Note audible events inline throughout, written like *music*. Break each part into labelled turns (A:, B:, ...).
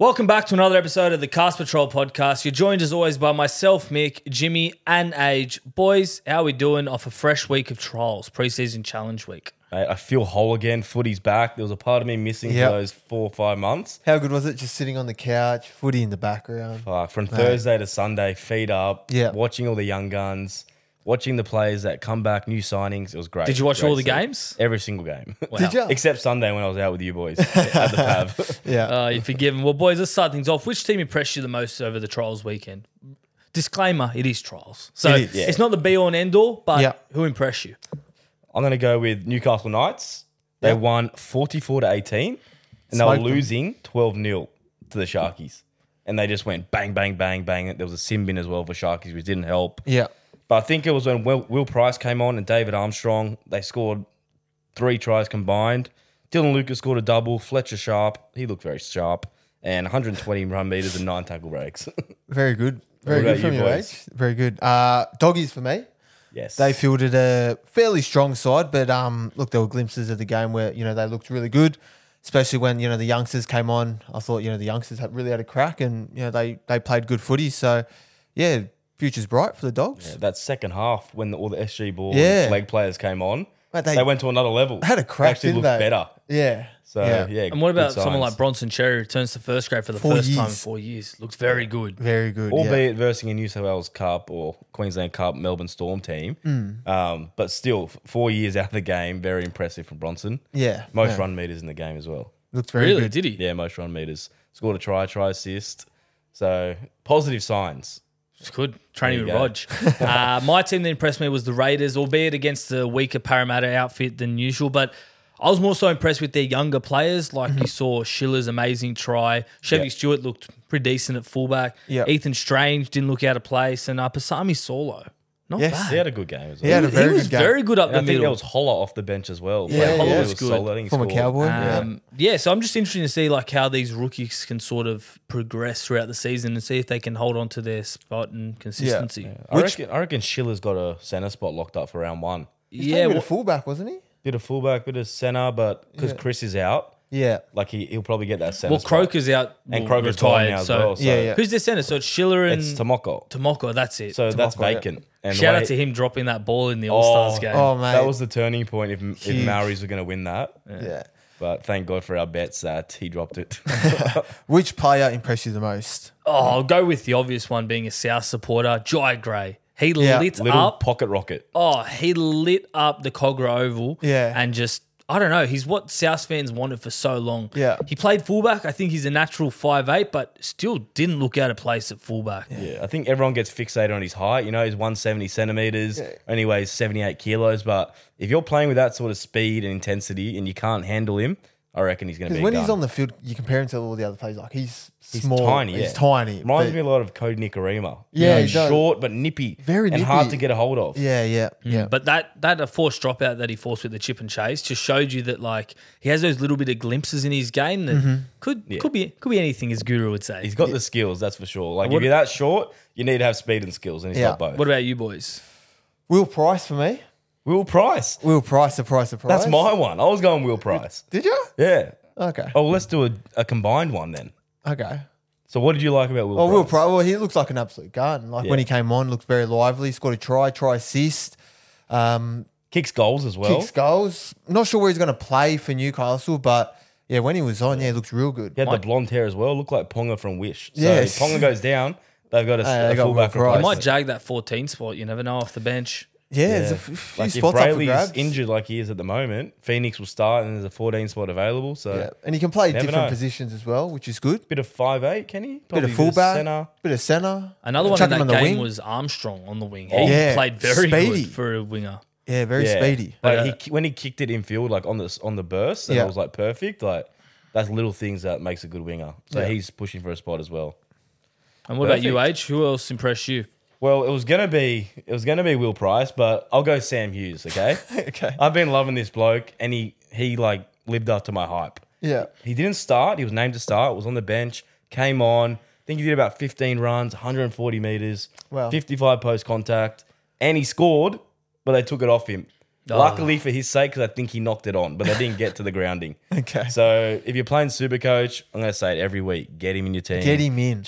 A: Welcome back to another episode of the Cast Patrol podcast. You're joined as always by myself, Mick, Jimmy, and Age. Boys, how are we doing off a fresh week of trials, preseason challenge week?
B: Mate, I feel whole again. Footy's back. There was a part of me missing
C: Yep.
B: for those four or five months.
C: How good was it? Just sitting on the couch, footy in the background.
B: Fuck, Uh, from Thursday to Sunday, feed up.
C: Yeah.
B: watching all the young guns, watching the players that come back, new signings. It was great.
A: Did you watch
B: Great
A: all the
B: stuff.
A: games?
B: Every single
A: *laughs*
B: game.
C: Did you?
B: *laughs* Except Sunday when I was out with you boys at the pub.
C: *laughs* yeah.
A: Uh, you're forgiven. Well, boys, let's start things off. Which team impressed you the most over the trials weekend? Disclaimer: It is trials, so
C: It is.
A: it's not the be all and end all. But
C: Yeah.
A: who impressed you?
B: I'm going to go with Newcastle Knights. They
C: Yep.
B: won 44 to 18, and
C: Smoked
B: they
C: them.
B: were losing 12 0 to the Sharkies. And they just went bang, bang, bang, bang. There was a sim bin as well for Sharkies, which didn't help.
C: yeah.
B: But I think it was when Will, Will Price came on and David Armstrong. They scored three tries combined. Dylan Lucas scored a double. Fletcher Sharp, he looked very sharp. And 120 run meters and nine tackle breaks. *laughs*
C: Very good. Very
B: about
C: good from
B: you
C: your
B: boys?
C: age. Very good. Uh, doggies for me.
B: yes.
C: They fielded a fairly strong side, but um, look, there were glimpses of the game where you know they looked really good, especially when you know the youngsters came on. I thought you know the youngsters had really had a crack, and you know they they played good footy. So, yeah, future's bright for the dogs.
B: that second half when all the SG ball
C: Yeah.
B: and flag players came on,
C: Mate,
B: they,
C: they-
B: went to another level.
C: Had a crack,
B: actually
C: didn't
B: looked
C: they?
B: better.
C: Yeah.
B: So yeah.
A: And what
B: good
A: about someone
B: signs.
A: like Bronson Cherry who returns to first grade for the
C: Four
A: first time in
C: years.
A: four years? Looks very good.
C: Very good. yeah.
B: albeit versing a New South Wales Cup or Queensland Cup Melbourne Storm team.
C: Hmm.
B: Um, but still, f- four years out of the game, very impressive from Bronson.
C: Yeah,
B: most
C: yeah.
B: run meters in the game as well.
C: Looked very
A: Really,
C: good.
A: did he?
B: Yeah, most run meters. Scored a try, try assist. So positive signs.
A: It's good. Training with
B: There you
A: Rog. uh, my team that impressed me was the Raiders, albeit against a weaker Parramatta outfit than usual. But I was more so impressed with their younger players. Like you saw Schiller's amazing try. Chevy
B: Yeah.
A: Stewart looked pretty decent at fullback.
C: Yeah.
A: Ethan Strange didn't look out of place. And uh, Pasami Solo. Not
C: Yes.
A: bad.
B: He had a good game as well.
C: He had a
A: He
C: very
A: was
C: good game.
A: very good up
B: And I
A: the
B: think there
A: middle.
B: was Holler off the bench as well.
C: Yeah,
B: Holler
C: yeah.
B: was
A: Good.
B: solid. I think he
C: from a
B: scored.
C: cowboy. yeah.
A: Um, yeah. so I'm just interested to see like how these rookies can sort of progress throughout the season and see if they can hold on to their spot and consistency. Yeah,
B: I reckon, I reckon Schiller's got a centre spot locked up for round one.
C: Yeah,
A: wha-
C: a fullback, wasn't he?
B: Bit of fullback, bit of centre, but because Chris is out,
C: Yeah.
B: like he, he'll probably get that centre
A: Well,
B: spot.
A: Croker's out
B: and
A: well,
B: Croker's
A: retired.
B: retired now as
A: so
B: well. So
C: Yeah, yeah.
A: who's their centre? So it's Schiller and
B: It's Tomoko.
A: Tomoko. That's it.
B: So that's
C: Tomoko, yeah.
B: vacant. And
A: shout
B: wait-
A: out to him dropping that ball in the All Stars game.
C: Oh mate.
B: That was the turning point if, if
C: Huge.
B: Maoris were going to win that.
C: yeah.
B: But thank God for our bets that he dropped
C: *laughs*
B: it.
C: Which player impressed you the most?
A: Oh, I'll go with the obvious one being a South supporter, Jai Gray. He
C: Yeah.
A: lit
B: Little
A: up.
B: pocket rocket.
A: Oh, he lit up the Cogra Oval.
C: Yeah.
A: and just. I don't know. He's what South fans wanted for so long.
C: Yeah.
A: He played fullback. I think he's a natural five eight, but still didn't look out of place at fullback.
B: Yeah, I think everyone gets fixated on his height. You know, he's 170 centimeters, only weighs 78 kilos. But if you're playing with that sort of speed and intensity and you can't handle him, I reckon he's going to
C: Because
B: be.
C: when
B: a
C: he's
B: gun.
C: on the field, you compare him to all the other players. Like he's,
B: He's
C: small,
B: tiny.
C: He's
B: yeah.
C: tiny.
B: Reminds
C: but-
B: me a lot of Code Nicarima. you
C: Yeah,
B: know,
C: he does.
B: short but nippy,
C: Very
B: and hard
C: nippy.
B: to get a hold of. Mm,
C: Yeah, yeah, yeah.
A: But that that a forced dropout that he forced with the chip and chase just showed you that like he has those little bit of glimpses in his game that could could be could be anything as Guru would say.
B: He's got the skills, that's for sure. Like if you're that short, you need to have speed and skills, and he's
C: Yeah.
B: got both.
A: What about you boys?
C: Will Price for me.
B: Will Price.
C: Will Price, surprise, surprise.
B: That's my one. I was going Will Price.
C: Did you?
B: Yeah.
C: Okay.
B: Oh, let's do a, a combined one then.
C: Okay.
B: So, what did you like about Will?
C: Oh,
B: Price?
C: Will Price. Well, he looks like an absolute gun. Like when
B: Yeah.
C: he came on, looked very lively. Scored a try, try assist. Um,
B: kicks goals as well.
C: kicks goals. Not sure where he's going to play for Newcastle, but yeah, when he was on, yeah, he looked real good.
B: He had the blonde hair as well. Looked like Ponga from Wish. So
C: Yes.
B: if Ponga goes down. They've got a,
C: Hey, they
B: a
C: got
B: fullback
C: Will Price.
A: I
B: replacement.
A: might jag that 14 spot. You never know off the bench.
C: Yeah, there's a f- few
B: Like if
C: spots up for
B: Brayley's
C: grabs.
B: injured like he is at the moment, Phoenix will start and there's a 14 spot available. So
C: Yeah, and he can play
B: Never
C: different
B: know.
C: positions as well, which is good.
B: bit of five eight, can he?
C: Bit
B: Probably
C: of fullback,
B: centre.
C: bit of center.
A: Another one
C: Chuck
A: in
C: him
A: that game
C: on the wing. Oh,
A: was Armstrong on the wing. He
C: Yeah.
A: played very
C: Speedy.
A: good for a winger.
C: yeah, very
B: Yeah.
C: speedy.
B: Like he ki- when he kicked it in field, like on this on the burst, and
C: Yeah.
B: it was like perfect. Like that's little things that makes a good winger. So he's pushing for a spot as well.
A: And what about you, H? Who else impressed you?
B: Well, it was gonna be it was gonna be Will Price, but I'll go Sam Hughes. Okay,
C: *laughs* Okay.
B: I've been loving this bloke, and he he like lived up to my hype.
C: Yeah.
B: He didn't start. He was named to start. Was on the bench. Came on. I think he did about 15 runs, 140 meters,
C: Wow.
B: 55 post contact, and he scored, but they took it off him.
C: Oh.
B: Luckily for his sake, because I think he knocked it on, but they didn't get to the grounding.
C: *laughs* Okay.
B: So if you're playing Super Coach, I'm going to say it every week. Get him in your team.
C: Get him in.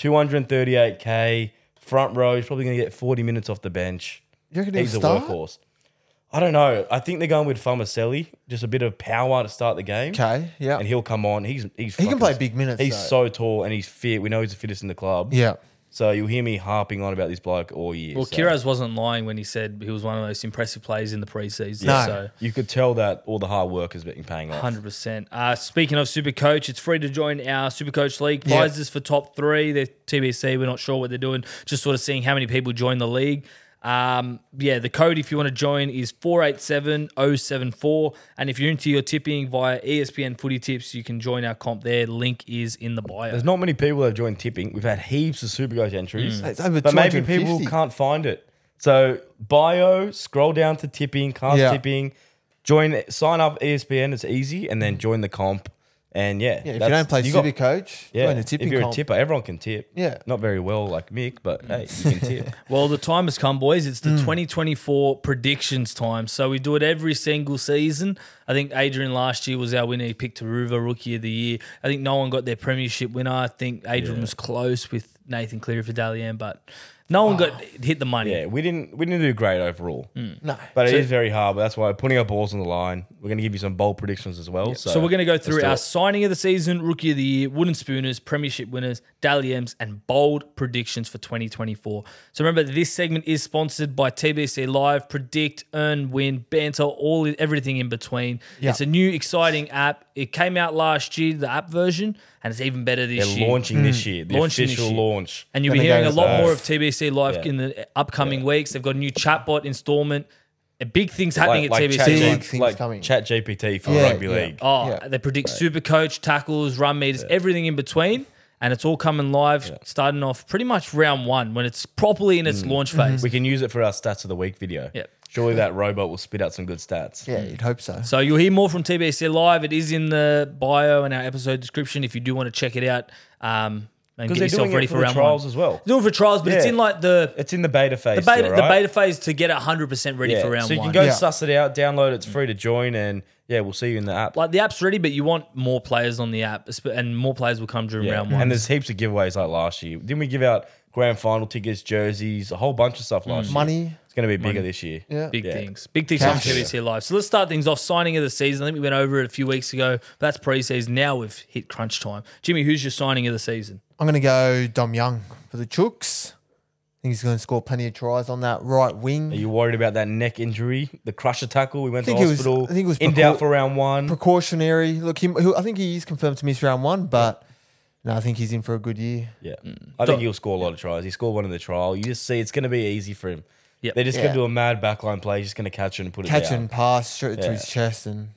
B: 238k front row. He's probably going to get 40 minutes off the bench.
C: You reckon he'll
B: He's a
C: start?
B: workhorse. I don't know. I think they're going with Fumacelli, just a bit of power to start the game.
C: Okay, yeah.
B: and he'll come on. He's he's
C: He
B: fucking-
C: can play big minutes,
B: He's
C: though.
B: so tall and he's fit. We know he's the fittest in the club.
C: Yeah.
B: So you'll hear me harping on about this bloke all year.
A: Well,
B: so.
A: Kiraz wasn't lying when he said he was one of the most impressive players in the preseason.
C: No.
A: So
B: You could tell that all the hard work has been paying off.
A: Hundred percent. Uh, speaking of Supercoach, it's free to join our Supercoach League.
C: Yeah.
A: Prizes for top three. They're TBC. We're not sure what they're doing. Just sort of seeing how many people join the league. Um, yeah, the code if you want to join is four eight seven zero seven four. And if you're into your tipping via E ESPN Footy Tips, you can join our comp there. Link is in the bio.
B: There's not many people that have joined tipping. We've had heaps of Supercoach
A: Mm.
B: entries,
C: It's over
B: but maybe
C: 250.
B: people can't find it. So bio, scroll down to tipping, cast
C: Yeah.
B: tipping, join, sign up E ESPN. It's easy, and then join the comp. And yeah,
C: Yeah, if you
B: that's-
C: don't play
B: got-
C: super coach, yeah, join the tipping
B: if you're
C: comp.
B: a tipper, everyone can tip.
C: Yeah. Mm.
B: not very well like Mick, but hey, you can
C: *laughs*
B: tip.
A: *laughs* Well, the time has come, boys. It's the 2024 predictions time. So we do it every single season. I think Adrian last year was our winner. He picked Taruva Rookie of the Year. I think no one got their premiership winner. I think Adrian was close with Nathan Cleary for Dalian, but no one got hit the money.
B: yeah, we didn't we didn't do great overall,
A: Mm.
C: No.
B: but it is very hard. But that's why putting our balls on the line. We're going to give you some bold predictions as well. So,
A: So we're going to go
B: let's
A: through
B: do
A: our
B: it.
A: signing of the season, rookie of the year, wooden spooners, premiership winners, Dally M's, and bold predictions for 2024. So remember, this segment is sponsored by TBC Live. Predict, earn, win, banter, all everything in between.
C: Yeah.
A: It's a new exciting app. It came out last year, the app version, and it's even better this
B: They're
A: year.
B: launching
C: Mm.
B: this year, the
A: Launching this
B: official
A: year.
B: launch.
A: And you'll be
C: Gonna go
A: hearing a
C: to
A: lot
B: the-
A: more of TBC Live
B: Yeah.
A: in the upcoming weeks. They've got a new chatbot installment. Uh, Big things happening at TBC.
B: Chat,
A: Live.
C: Big
B: G-
C: things
B: like
C: coming.
B: Chat GPT for
C: Yeah,
B: rugby
C: yeah.
B: league.
A: Oh,
C: Yeah.
A: they predict super coach, tackles, run meters, everything in between. And it's all coming live, starting off pretty much round one when it's properly in
B: Mm.
A: its launch phase.
B: We can use it for our stats of the week video.
A: Yep.
B: Surely that robot will spit out some good stats.
C: Yeah, you'd hope so.
A: So you'll hear more from TBC Live. It is in the bio and our episode description if you do want to check it out um, and get
B: Because they're
A: yourself
B: doing
A: ready
B: it for,
A: for,
B: the
A: round
B: trials
A: one.
B: as well.
A: Doing it for trials, but it's
B: Yeah.
A: in like the
B: It's in the beta phase.
A: the beta,
B: still,
A: the
B: right?
A: beta phase to get hundred percent ready
B: Yeah.
A: for round
B: so you
A: one.
B: can go
C: Yeah.
B: suss it out, download. it, It's free to join, and yeah, we'll see you in the app.
A: like the app's ready, but you want more players on the app, esp- and more players will come during
B: Yeah.
A: round one.
B: And there's heaps of giveaways like last year. Didn't we give out grand final tickets, jerseys, a whole bunch of stuff last year?
C: Money.
B: It's going to be bigger this year.
C: Yeah.
A: Mm. Big
B: Yeah.
A: things. Big things
C: Cash.
A: on TBC Live. So let's start things off. Signing of the season. I think we went over it a few weeks ago. But that's preseason. Now we've hit crunch time. Jimmy, who's your signing of the season?
C: I'm going to go Dom Young for the Chooks. I think he's going to score plenty of tries on that right wing.
B: Are you worried about that neck injury, the crusher tackle? We went
C: think
B: to
C: it was-
B: hospital.
C: I think it was
B: in
C: Procor-
B: doubt for round one.
C: Precautionary. Look, he, he- I think he is confirmed to miss round one, but no, I think he's in for a good year.
B: yeah,
A: Mm.
B: I think he'll score a lot of tries. He scored one in the trial. You just see it's going to be easy for him.
A: Yep.
B: They're just
C: Yeah.
B: going to do a mad backline play. He's just going to catch it and put
C: Catch
B: it
C: and
B: down.
C: pass straight to
B: Yeah.
C: his chest, and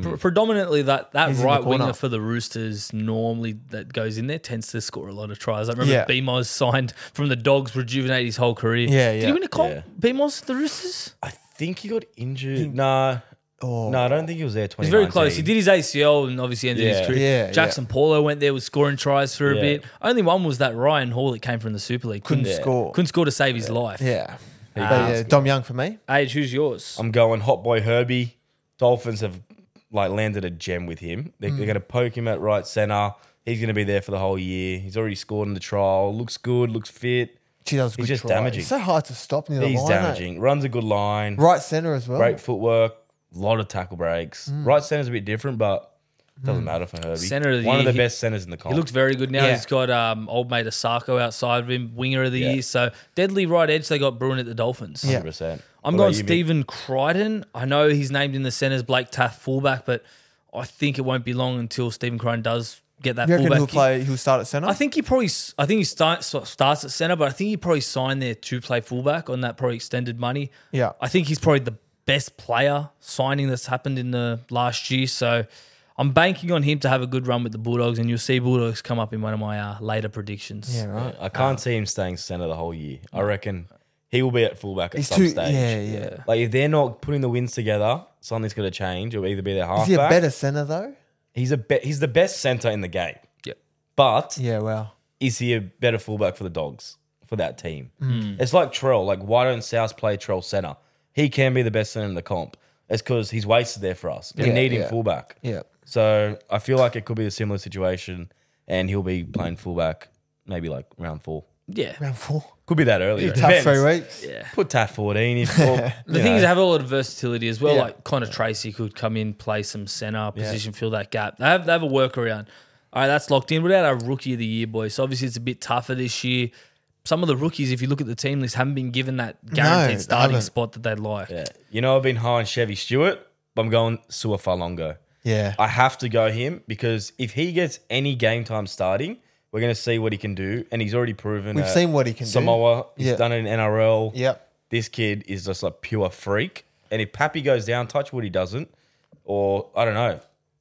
A: Pre- predominantly, that, that
C: Mm. He's in the
A: right
C: corner.
A: winger for the Roosters normally that goes in there tends to score a lot of tries. I remember
C: Yeah.
A: BMOS signed from the Dogs, rejuvenate his whole career.
C: Yeah,
A: Did he
C: yeah.
A: win a comp?
B: Yeah.
A: BMOS to the Roosters?
B: I think he got injured. Nah,
C: oh,
B: no, I don't think he was there.
A: He's very close. He did his ACL and obviously ended his
B: Yeah.
A: career.
C: Yeah, yeah.
A: Jackson Paulo went there, was scoring tries for a
B: Yeah.
A: bit. Only one was that Ryan Hall that came from the Super League. Couldn't,
C: Couldn't score.
A: couldn't score to save his life.
C: yeah. But
B: Ah.
C: yeah, Dom Young for me.
A: Age, who's yours?
B: I'm going hot boy Herbie. Dolphins have like landed a gem with him. They're,
C: Mm.
B: they're going to poke him at right center. He's going to be there for the whole year. He's already scored in the trial. Looks good. Looks fit.
C: Gee, that was a good
B: He's just
C: try.
B: damaging.
C: It's so hard to stop near
B: He's
C: the line. eh?
B: damaging. Runs a good line.
C: Right center as well.
A: Oh.
B: Great footwork. A lot of tackle breaks. Right center's a bit different, but doesn't matter for Herbie.
A: Centre Mm. of the
B: One of
A: year,
B: the
A: he-
B: best centers in the comp.
A: He looks very good now.
C: Yeah.
A: He's got um, old mate Asako outside of him, winger of the
B: Yeah.
A: year. So deadly right edge. They got Bruin at the Dolphins.
C: Yeah.
B: 100%.
A: I'm
B: What about
A: going
B: you, Mick?
A: Stephen Crichton. I know he's named in the centres, Blake Taff fullback, but I think it won't be long until Stephen Crichton does get that
C: You reckon
A: fullback.
C: he'll
A: kick.
C: play? He'll start at center.
A: I think he probably. s- I think he start, so- starts at centre, but I think he probably signed there to play fullback on that probably extended money.
C: Yeah.
A: I think he's probably the best player signing that's happened in the last year. So I'm banking on him to have a good run with the Bulldogs, and you'll see Bulldogs come up in one of my uh, later predictions.
C: yeah, right.
B: I can't see him staying center the whole year.
A: Mm.
B: I reckon he will be at fullback at
C: He's
B: some
C: too.
B: stage.
C: Yeah, yeah.
B: Like if they're not putting the wins together, something's going to change. It'll either be their halfback.
C: Is he a better center though?
B: He's a be- he's the best center in the game.
A: Yep.
B: But
C: Yeah, wow.
B: is he a better fullback for the Dogs for that
A: Hmm.
B: team? It's like Trell. Like why don't South play Trell center? He can be the best center in the comp. is because his waist is there for us. we
C: Yeah,
B: need him
C: yeah.
B: fullback.
C: Yeah.
B: So I feel like it could be a similar situation, and he'll be playing fullback maybe like round four.
A: Yeah.
C: Round four.
B: Could be that early. though.
C: Tough
B: Depends.
C: three weeks.
A: Yeah.
B: Put Taff 14
C: *laughs*
B: if or,
A: The
B: you
A: thing
B: know.
A: is, they have a lot of versatility as well.
C: Yeah.
A: Like Connor Tracy could come in, play some center position, fill that gap. They have they have a workaround. All right, that's locked in. What about our rookie of the year, boys? So obviously, it's a bit tougher this year. Some of the rookies, if you look at the team list, haven't been given that guaranteed
C: they
A: starting
C: haven't.
A: spot that they'd like.
B: Yeah. You know, I've been high on Chevy Stewart, but I'm going Sua Falongo.
C: Yeah.
B: I have to go him because if he gets any game time starting, we're going to see what he can do. And he's already proven
C: We've
B: at
C: seen what he can do.
B: Samoa. He's
C: Yeah.
B: done it in NRL.
C: Yep.
B: This kid is just a pure freak. And if Pappy goes down, touch wood, he doesn't. Or I don't know.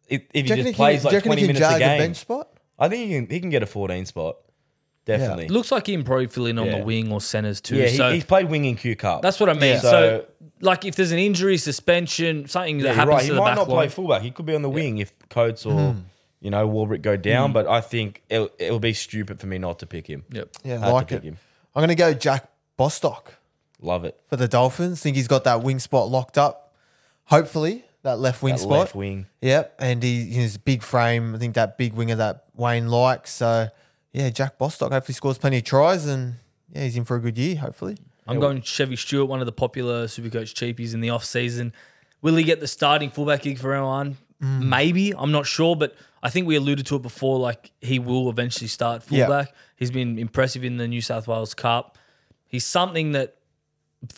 B: If, if he
C: Do you reckon
B: just
C: he can-
B: plays
C: do you
B: like
C: reckon
B: 20
C: he can
B: minutes a
C: jag a
B: game,
C: bench spot?
B: I think he can, he can get a 14 spot. Definitely. Yeah,
A: Looks like he can probably fill in on
B: Yeah.
A: the wing or centers too.
B: he,
A: so
B: he's played wing in Q Cup.
A: that's what I mean.
B: Yeah.
A: So,
B: So-
A: like, if there's an injury, suspension, something that
B: Yeah, you're
A: happens
B: right.
A: to
B: He
A: the
B: might
A: back
B: not play
A: line,
B: fullback. He could be on the wing if Coates or
C: Hmm.
B: you know Warbrick
A: Hmm.
B: go down. But I think it it would be stupid for me not to pick him.
A: Yep.
C: Yeah,
B: Hard to
C: like
B: pick
C: it.
B: him.
C: I'm going to go Jack Bostock
B: Love it.
C: for the Dolphins. Think he's got that wing spot locked up. Hopefully, that left wing
B: That
C: spot.
B: left wing.
C: Yep, and he his big frame. I think that big winger that Wayne likes. So yeah, Jack Bostock hopefully scores plenty of tries, and yeah, he's in for a good year. Hopefully,
A: I'm going Chevy Stewart, one of the popular Supercoach cheapies in the off season. Will he get the starting fullback gig for round one?
C: Mm.
A: Maybe. I'm not sure, but I think we alluded to it before. Like he will eventually start
C: Yeah.
A: fullback. He's been impressive in the New South Wales Cup. He's something that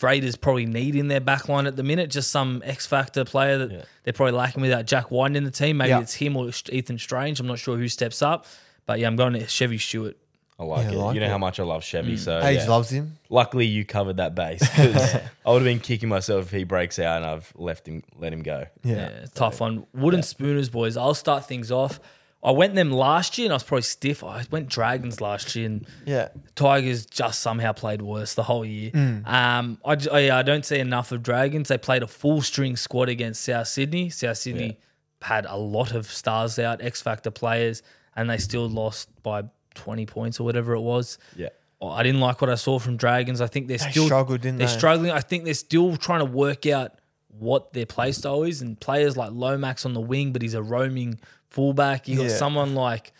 A: Raiders probably need in their back line at the minute. Just some X factor player that they're probably lacking without Jack Wyden in the team. Maybe
C: Yeah.
A: it's him or Ethan Strange. I'm not sure who steps up, but yeah, I'm going to Chevy Stewart.
B: I like
C: Yeah, I
B: it.
C: like
B: you know
C: it.
B: how much I love
A: Hmm.
B: Chevy. So
C: Age
B: yeah.
C: loves him.
B: luckily you covered that base.
C: *laughs*
B: 'cause I would have been kicking myself if he breaks out and I've left him, let him go.
C: Yeah,
A: Yeah, it's a tough one. Wooden spooners, boys. I'll start things off. I went them last year and I was probably stiff. I went Dragons last year and
C: yeah.
A: Tigers just somehow played worse the whole year.
C: Mm.
A: Um, I, j- I- I don't see enough of Dragons. They played a full string squad against South Sydney. South Sydney had a lot of stars out, X Factor players, and they still lost by 20 points or whatever it was.
B: Yeah.
A: Oh, I didn't like what I saw from Dragons. I think they're still
C: struggled, didn't
A: they're
C: they?
A: struggling. I think they're still trying to work out what their play style is. And players like Lomax on the wing, but he's a roaming fullback. You got
C: Yeah.
A: someone like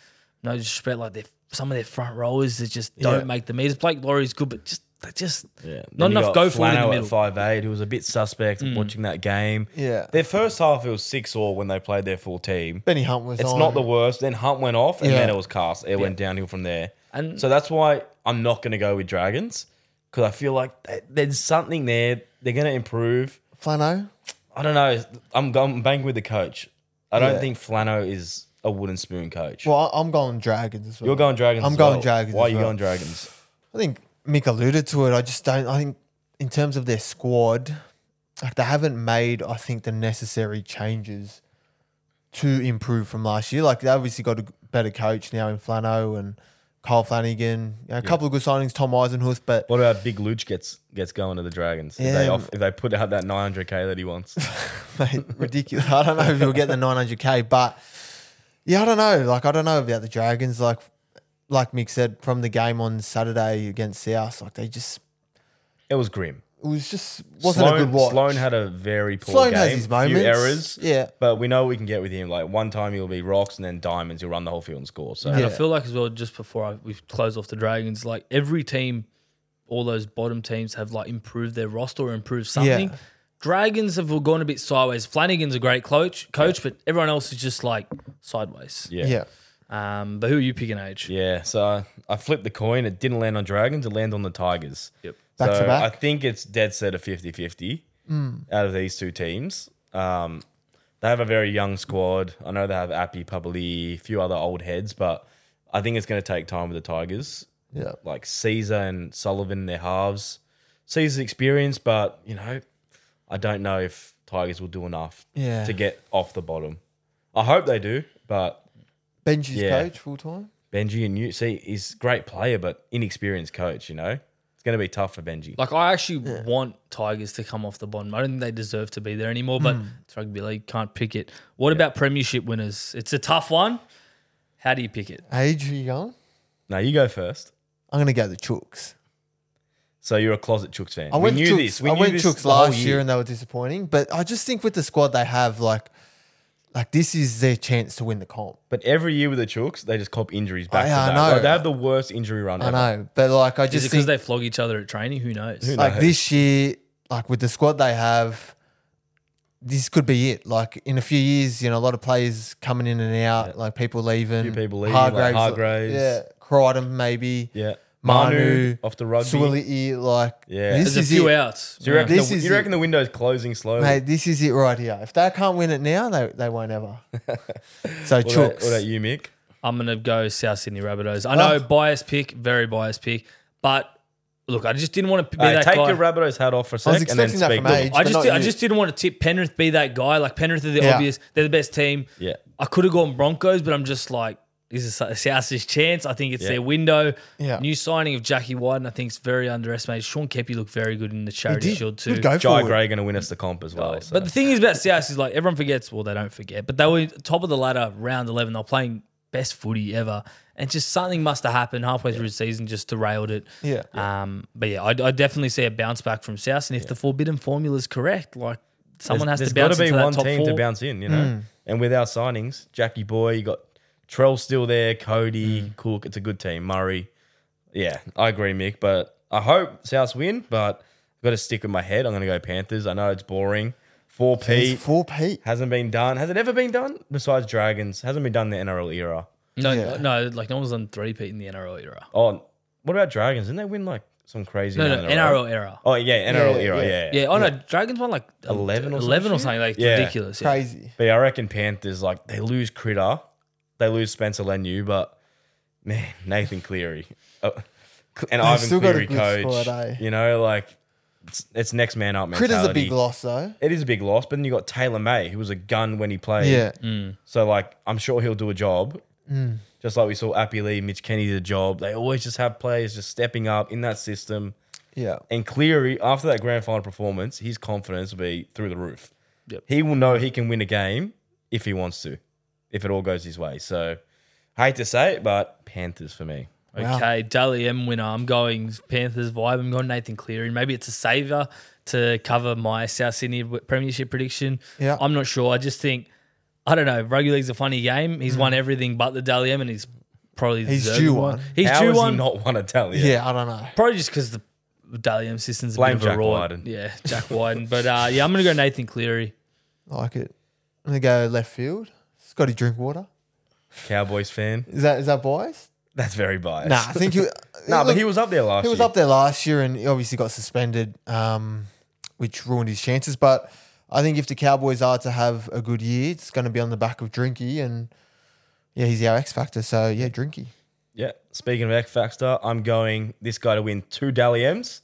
A: no disrespect, like their some of their front rowers that just don't
C: Yeah.
A: make the meters. Blake Laurie's good, but just they just
B: Yeah.
A: not
B: Then you
A: enough
B: got
A: go for it in
B: Flano
A: the
B: at
A: middle. Hmm.
B: 5'8", who was a bit suspect watching that game.
C: Yeah.
B: Their first half, it was 6 all when they played their full team.
C: Benny Hunt was.
B: It's
C: on.
B: not the worst. Then Hunt went off, and
C: Yeah.
B: then it was cast. It went downhill from there.
A: And-
B: And so that's why I'm not going to go with Dragons because I feel like th- there's something there. They're going to improve.
C: Flano.
B: I don't know. I'm going bang with the coach. I don't
C: Yeah.
B: think Flano is a wooden spoon coach.
C: Well, I- I'm going Dragons as well.
B: You're going Dragons.
C: I'm
B: as
C: going
B: well.
C: Dragons
B: Why
C: as
B: are you
C: well.
B: going Dragons?
C: I think Mick alluded to it. I just don't. I think in terms of their squad, like they haven't made, I think, the necessary changes to improve from last year. Like they obviously got a better coach now in Flano and Kyle Flanagan. You know, a couple of good signings, Tom Eisenhuth, but
B: What about Big Luch gets gets going to the Dragons? If, they
C: Yeah.
B: off, if they put out that 900k that he
C: *laughs*
B: wants,
C: *laughs* mate, ridiculous. I don't know if he'll
B: *laughs*
C: get the 900k, but yeah, I don't know. Like I don't know about the Dragons. Like like Mick said from the game on Saturday against South, like they just
B: it was grim.
C: it was just wasn't
B: Sloan,
C: a good watch.
B: Sloan had a very poor
C: Sloan
B: game.
C: has his moments.
B: Few errors.
C: Yeah.
B: But we know what we can get with him. Like one time he'll be rocks and then diamonds. He'll run the whole field and score. So
A: And I
C: Yeah.
A: feel like as well, just before I, we close off the Dragons, like every team, all those bottom teams have like improved their roster or improved something.
C: Yeah.
A: Dragons have all gone a bit sideways. Flanagan's a great coach, coach, but everyone else is just like sideways.
B: yeah.
C: yeah.
B: yeah.
A: Um, but who are you picking, Age?
B: So I flipped the coin. It didn't land on dragons. It landed on the tigers.
A: Yep.
C: Back
B: so
C: to back. Hmm.
B: I think it's dead set of 50 50 out of these two teams. Um, they have a very young squad. I know they have Appy, Publi, a few other old heads, but I think it's going to take time with the Tigers.
C: Yeah.
B: like Caesar and Sullivan, their halves. Caesar's experienced, but you know, I don't know if Tigers will do enough
C: Yeah.
B: to get off the bottom. I hope they do, but
C: Benji's
B: Yeah.
C: coach full time.
B: Benji and you see, he's a great player, but inexperienced coach. You know, it's going to be tough for Benji.
A: Like I actually want Tigers to come off the bottom. I don't think they deserve to be there anymore, but it's rugby league can't pick it. What about premiership winners? It's a tough one. How do you pick it?
C: Age, who you going?
B: now you go first.
C: I'm gonna go the Chooks.
B: So you're a closet Chooks fan.
C: I went
B: we knew
C: Chooks,
B: this. We
C: I
B: knew
C: went
B: this
C: Chooks
B: the whole
C: last year. and they were disappointing. But I just think with the squad they have, like, like this is their chance to win the comp.
B: But every year with the Chooks, they just cop injuries back
C: I-
B: to
C: I
B: back.
C: know.
B: Like, they have the worst injury run
C: I
B: ever.
C: know, but like I
A: Is
C: just
A: it because
C: think
A: they flog each other at training? Who knows?
B: Who knows?
C: like this year, like with the squad they have, this could be it. Like in a few years, you know, a lot of players coming in and out, like people leaving,
B: Few people leaving, like Hargraves.
C: yeah, Crichton maybe,
B: Yeah.
C: Manu,
B: off the rugby.
C: Suwaliti, like
B: Yeah.
C: this
A: There's a
C: is
A: few
C: it.
A: outs.
B: So you reckon,
C: This
B: the,
C: is
B: you
C: it.
B: reckon the window's closing slowly?
C: Mate, this is it right here. If they can't win it now, they, they
B: *laughs*
C: won't ever. So
B: what, about,
C: Chooks.
B: what about you, Mick?
A: I'm gonna go South Sydney Rabbitohs. I know
C: Oh.
A: biased pick, very biased pick, but look, I just didn't want to be
B: Hey,
A: that
B: take
A: guy.
B: your Rabbitohs hat off for a sec
C: I was
B: and then
C: expecting that
B: speak.
C: from Age,
A: I
C: but
A: just,
C: not
A: did, I
C: you.
A: just didn't want to tip Penrith be that guy. Like Penrith are the
C: Yeah.
A: obvious, they're the best team.
B: Yeah.
A: I could have gone Broncos, but I'm just like, is this South's chance? I think it's
B: Yeah.
A: their window.
C: Yeah.
A: New signing of Jackie Wyden, I think it's very underestimated. Sean Kepi looked very good in the Charity
C: Did-
A: Shield too.
C: Good go
B: Jai
C: forward.
B: Gray going to win us the comp as well. so.
A: But the thing is about South is like everyone forgets. Well, they don't forget, but they were top of the ladder, round eleven. They were playing best footy ever, and just something must have happened halfway through the season just derailed it.
C: Yeah.
A: Um. But yeah, I, I definitely see a bounce back from South, and if the forbidden formula is correct, like someone has
B: there's
A: to
B: got
A: bounce
B: to be
A: into that
B: one
A: top
B: team
A: four. Hmm.
B: to bounce in, you know. And with our signings, Jackie Boy, you got Trell still there, Cody
A: Hmm.
B: Cook. It's a good team. Murray, yeah, I agree, Mick. But I hope South win. But I've got to stick with my head. I'm going to go Panthers. I know it's boring. Four P
C: It's for Pete.
B: hasn't been done. Has it ever been done besides Dragons? Hasn't been done in the NRL era.
A: No,
C: Yeah.
A: no, like no one's on three peat in the NRL era.
B: Oh, what about Dragons? Didn't they win like some crazy?
A: No,
B: amount
A: no,
B: in a row?
A: NRL era.
B: Oh yeah, NRL
C: Yeah,
B: era.
C: yeah.
B: Yeah, yeah.
A: Yeah, oh no, Dragons won like uh,
B: 11 or some
A: eleven or
B: shit?
A: something like
B: Yeah.
A: ridiculous. Yeah.
C: Crazy.
B: But yeah, I reckon Panthers like they lose Critter, they lose Spencer Lenu, but man, Nathan Cleary *laughs* uh, and Ivan
C: still got a
B: Cleary
C: good
B: coach.
C: squad, eh?
B: You know, like it's, it's next man up mentality.
C: Critter's a big loss though.
B: It is a big loss, but then you got Taylor May, who was a gun when he played.
C: Yeah. Mm.
B: So like, I'm sure he'll do a job. Just like we saw Appy Lee, Mitch Kenny did a job. They always just have players just stepping up in that system.
C: Yeah.
B: And Cleary, after that grand final performance, his confidence will be through the roof.
A: Yep.
B: He will know he can win a game if he wants to, if it all goes his way. So, I hate to say it, but Panthers for me.
C: Wow.
A: Okay, Daly M winner. I'm going Panthers vibe. I'm going Nathan Cleary. Maybe it's a saver to cover my South Sydney w- Premiership prediction.
C: Yeah.
A: I'm not sure. I just think I don't know. Rugby league's a funny game. He's won everything but the Daly M, and he's probably
C: Mm. He's
A: deserved
C: due
A: one.
C: one.
A: He's
B: How
A: due
B: has
A: one.
B: he not won a tally?
C: Yeah.
B: yet?
C: I don't know.
A: probably just because the Daly M system's a
B: Blame
A: bit of
B: Jack
A: a rod.
B: Wyden.
A: Yeah, Jack Wyden. but uh, yeah, I'm gonna go Nathan Cleary.
C: I like it. I'm gonna go left field. Scotty Drinkwater.
B: Cowboys fan. *laughs*
C: Is that is that biased?
B: That's very biased.
C: Nah, I think he.
B: *laughs* Nah, but
C: look,
B: he was up there last
C: he was
B: year.
C: up there last year and he obviously got suspended, um, which ruined his chances. But I think if the Cowboys are to have a good year, it's going to be on the back of Drinky and yeah, he's our X factor. So yeah, Drinky.
B: Yeah. Speaking of X Factor, I'm going this guy to win two Dally M's.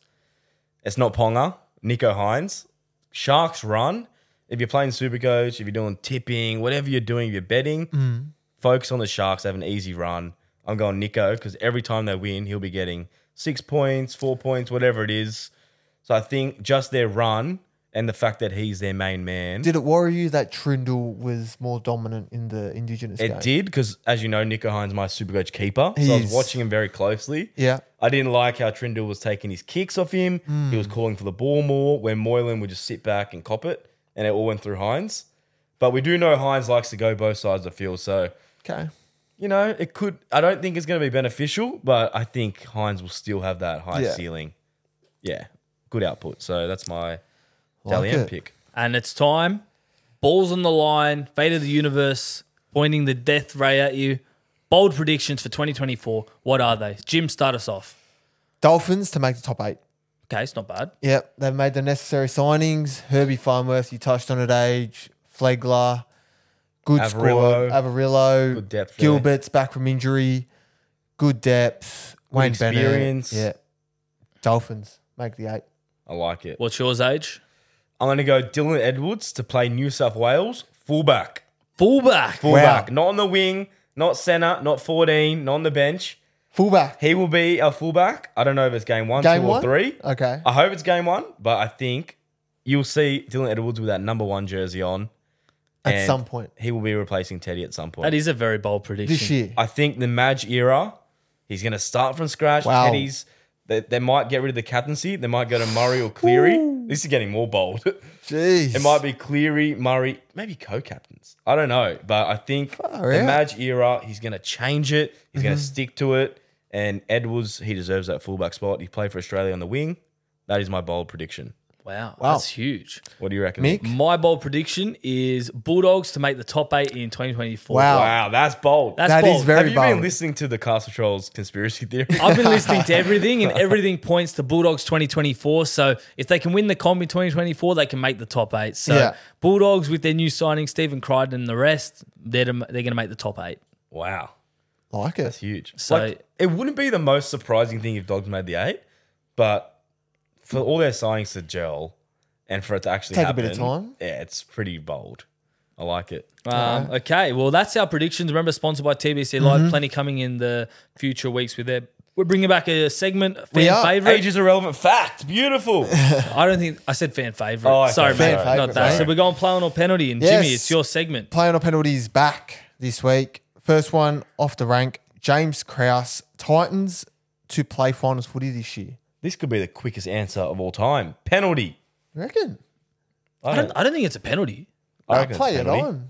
B: It's not Ponga, Nico Hines. Sharks run. If you're playing Supercoach, if you're doing tipping, whatever you're doing, if you're betting,
C: Mm.
B: focus on the Sharks. Have an easy run. I'm going Nico because every time they win, he'll be getting six points, four points, whatever it is. So I think just their run and the fact that he's their main man.
C: Did it worry you that Trindle was more dominant in the Indigenous game?
B: It did because, as you know, Nico Hines my Supercoach keeper, so I was
C: He's-
B: watching him very closely.
C: Yeah.
B: I didn't like how Trindle was taking his kicks off him. He
C: Hmm.
B: was calling for the ball more, where Moylan would just sit back and cop it, and it all went through Hines. But we do know Hines likes to go both sides of the field, so
C: Okay.
B: you know it could. I don't think it's going to be beneficial, but I think Hines will still have that high
C: Yeah.
B: ceiling. Yeah, good output. So that's my
C: Like
B: Dalian
C: it.
B: pick.
A: And it's time. Balls on the line. Fate of the universe pointing the death ray at you. Bold predictions for 2024. What are they? Jim, start us off.
C: Dolphins to make the top eight.
A: Okay, it's not bad.
C: Yep, they've made the necessary signings. Herbie Farmworth, you touched on it, age. Flegler, good
B: Averillo.
C: score. Avarillo.
B: Good depth there.
C: Gilbert's back from injury. Good depth. Wayne
B: experience.
C: Bennett. Yeah. Dolphins make the eight.
B: I like it.
A: What's yours, age?
B: I'm going to go Dylan Edwards to play New South Wales fullback.
A: Fullback.
B: Fullback,
C: Wow.
B: not on the wing, not center, not 14, not on the bench.
C: Fullback.
B: He will be a fullback. I don't know if it's game one,
C: Game
B: two,
C: one.
B: or three.
C: Okay.
B: I hope it's game one, but I think you'll see Dylan Edwards with that number one jersey on.
C: At
B: and-
C: some point
B: He will be replacing Teddy at some point.
A: That is a very bold prediction.
C: this year.
B: I think the Madge era, he's going to start from scratch.
C: Wow.
B: Teddy's They, they might get rid of the captaincy. They might go to Murray or Cleary. This is getting more bold. *laughs* it
C: Jeez.
B: might be Cleary, Murray, maybe co-captains. I don't know, but I think
C: Far
B: the
C: out. Mm-hmm.
B: Madge era, he's going to change it. He's going to stick to it. And Edwards, he deserves that fullback spot. He played for Australia on the wing. That is my bold prediction.
A: Wow,
C: Wow.
A: that's huge.
B: What do you reckon?
C: Mick?
A: My bold prediction is Bulldogs to make the top eight in 2024.
C: Wow.
B: Wow, that's bold.
A: That's
C: That
A: bold.
C: is very
B: Have you been
C: bold. Oh.
B: listening to the Castle Trolls conspiracy
C: *laughs*
B: theory?
A: I've been listening to everything, and everything points to Bulldogs 2024. So if they can win the comp in 2024, they can make the top eight. So
C: Yeah.
A: Bulldogs with their new signing, Stephen Crichton and the rest, they're to, they're going to make the top eight.
B: wow,
C: like
B: it's
C: it.
B: huge.
A: So-
B: Like, it wouldn't be the most surprising thing if Dogs made the eight, but for all their signings to gel and for it to actually
C: Take a
B: happen,
C: bit of time.
B: Yeah, it's pretty bold. I like it.
A: Um, Okay, well that's our predictions. Remember, sponsored by TBC
C: Mm-hmm.
A: Live. Plenty coming in the future weeks with their. We're bringing back a segment
C: We
A: fan
C: are.
A: favorite.
B: Age is a relevant fact. Beautiful.
A: I don't think I said fan favorite.
B: Oh, okay.
A: Sorry,
B: Fan
A: mate,
C: favourite,
A: not that.
C: sorry.
A: So we're going play on or penalty, and Jimmy,
C: Yes.
A: it's your segment.
C: Play on or penalties back this week. First one off the rank. James Krause, Titans to play finals footy this year.
B: this could be the quickest answer of all time. Penalty.
C: You reckon?
A: I don't, I don't think it's a penalty,
B: I
C: Nah,
B: reckon it's
C: play it
B: penalty.
C: on.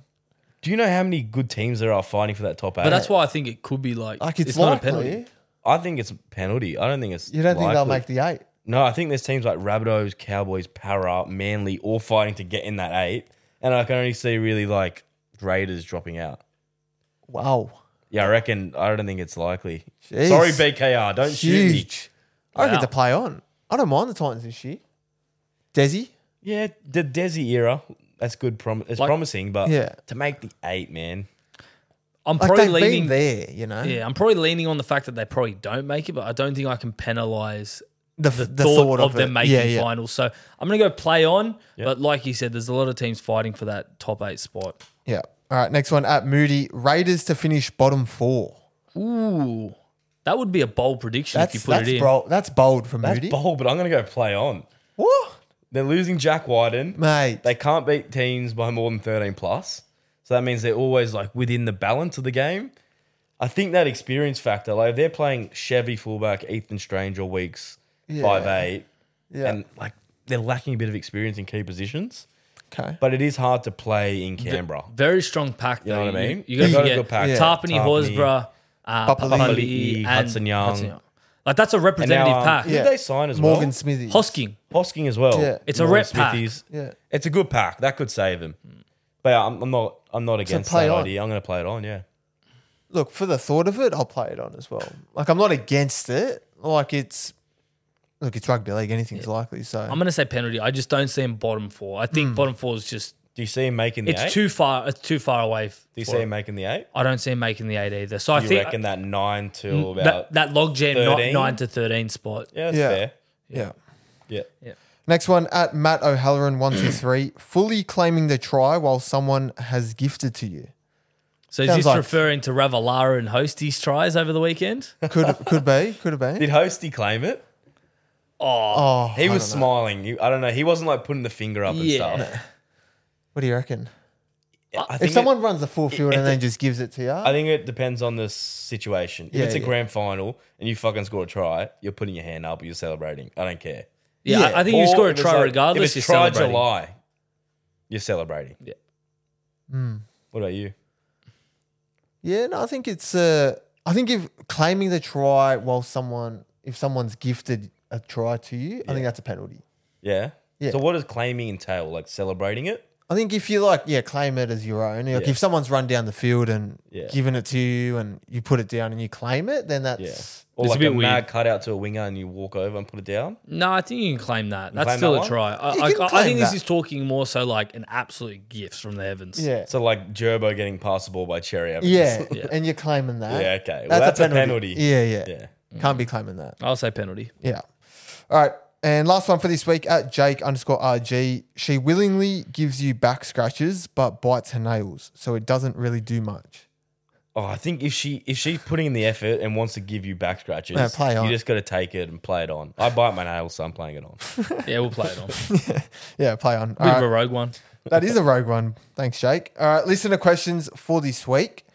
B: Do you know how many good teams there are fighting for that top eight?
A: but that's why I think it could be like,
C: Like it's,
A: not
C: likely.
A: a penalty.
B: I think it's a penalty. I don't think it's.
C: You don't think they'll
B: likely.
C: make the eight?
B: No, I think there's teams like Rabbitohs, Cowboys, Para, Manly, all fighting to get in that eight, and I can only see really like Raiders dropping out.
C: Wow.
B: Yeah, I reckon. I don't think it's likely.
C: Jeez.
B: Sorry, BKR, don't shoot me.
C: Huge. I reckon
A: Wow.
C: to play on. I don't mind the Titans this year. Desi?
B: Yeah, the Desi era. That's good. Prom- it's
A: Like-
B: promising, but
C: Yeah.
B: to make the eight, man.
A: I'm
C: Like
A: probably
C: they've
A: leaning
C: been there, you know?
A: Yeah, I'm probably leaning on the fact that they probably don't make it, but I don't think I can penalise
C: The,
A: the,
C: the,
A: thought, of,
C: it.
A: them making
C: yeah, yeah.
A: finals. So I'm going to go play on, but like you said, there's a lot of teams fighting for that top eight spot.
C: Yeah. All right. Next one at Moody. Raiders to finish bottom four.
A: Ooh, that would be a bold prediction
C: That's,
A: if you put
C: that's,
A: it in.
C: bro- that's bold from
B: That's
C: Moody.
B: bold, but I'm gonna go play on.
C: What?
B: They're losing Jack Wyden.
C: Mate.
B: They can't beat teams by more than 13 plus. So that means they're always like within the balance of the game. I think that experience factor, like if they're playing Chevy fullback, Ethan Strange or Weeks,
C: Yeah.
B: five eight,
C: yeah.
B: and like they're lacking a bit of experience in key positions.
C: okay.
B: But it is hard to play in Canberra.
A: Very strong pack, though.
B: know what I mean?
A: You, you
B: They've
A: got
B: got a
A: to get
B: good pack. Yeah.
A: Tarpany,
B: Tarpany,
A: Horsburgh, uh,
C: Papali'i,
A: Papali'i, and
B: Hudson Young.
A: Like that's a
B: And now,
A: representative
B: um,
A: pack.
B: Who
C: Yeah.
B: did they sign as
C: Morgan
B: well?
C: Smithy.
A: Hosking.
B: Hosking as well.
C: Yeah.
A: It's a
B: Morgan
A: rep pack. Hmm.
C: Yeah.
B: It's a good pack. That could save them. But I'm, I'm not I'm not against
C: play
B: that
C: on.
B: idea. I'm gonna play it on, yeah.
C: Look, for the thought of it, I'll play it on as well. Like, I'm not against it. Like, it's. Look, it's rugby league. Anything's likely. So,
A: I'm going to say penalty. I just don't see him bottom four. I
C: Hmm.
A: think bottom four is just
B: Do you see him making the
A: it's
B: eight?
A: too far. It's too far away. f-
B: Do you
A: for
B: see
A: it.
B: him making the eight?
A: I don't see him making the eight either. So I
B: you
A: think
B: reckon that nine till about
A: that that log jam, not
B: 13?
A: nine to thirteen spot.
B: Yeah, that's
C: Yeah.
B: fair.
C: yeah.
B: Yeah.
C: Next one at Matt O'Halloran, 123. fully claiming the try while someone has gifted to you.
A: So is
C: Sounds
A: this
C: like-
A: referring to Ravalara and Hostie's tries over the
B: *laughs*
A: weekend?
C: Could could be, could have been.
B: Did Hosty claim it?
C: Oh,
B: He was
C: I don't know.
B: smiling. You, I don't know. He wasn't like putting the finger up and
A: Yeah.
B: stuff.
C: What do you reckon?
B: I think
C: If someone
B: it,
C: runs the full field and then just gives it to you,
B: I think it depends on the situation. If
C: Yeah,
B: it's a
C: yeah.
B: grand final and you fucking score a try, you're putting your hand up, you're celebrating. I don't care.
A: Yeah,
C: Yeah.
A: I, I think you
B: Or
A: score a
B: if it's
A: try
B: like-
A: regardless.
B: If it's
A: you're
B: try
A: celebrating.
B: July, you're celebrating.
A: Yeah.
C: Hmm.
B: What about you?
C: yeah, no, I think it's. Uh, I think if claiming the try while someone, if someone's gifted a try to you, I think that's a penalty.
B: Yeah.
C: Yeah.
B: So what does claiming entail? Like celebrating it?
C: I think if you like, yeah, claim it as your own. Like
B: Yeah.
C: if someone's run down the field and
B: Yeah.
C: given it to you, and you put it down and you claim it, then that's
B: Yeah. Or
A: It's a
B: like a,
A: bit weird.
B: mad cutout to a winger and you walk over and put it down?
A: No, I think you can claim that. That's
B: claim
A: still
B: that
A: a
B: one?
A: try. I,
C: You
A: I,
C: can
A: I
C: claim
A: think this
C: that.
A: is talking more so like an absolute gift from the heavens.
C: yeah,
B: So like Gerbo getting passed the ball by Cherry Evans.
C: yeah, and you're claiming that.
B: Yeah, okay. Well, that's a penalty.
C: Yeah, yeah,
B: Yeah.
C: Can't be claiming that.
A: I'll say penalty.
C: Yeah. All right. And last one for this week at Jake underscore RG. She willingly gives you back scratches, but bites her nails, so it doesn't really do much.
B: *laughs* Oh, I think if she if she's putting in the effort and wants to give you back scratches,
C: Yeah, play on.
B: you just got to take it and play it on. I bite my nails, so I'm
A: *laughs*
B: playing it on.
A: Yeah, we'll play it
C: *laughs*
A: on. Bit
C: Yeah, play on. All
A: of a
C: right.
A: rogue one.
C: That is a rogue one. Thanks, Jake. All right, listener questions for this week.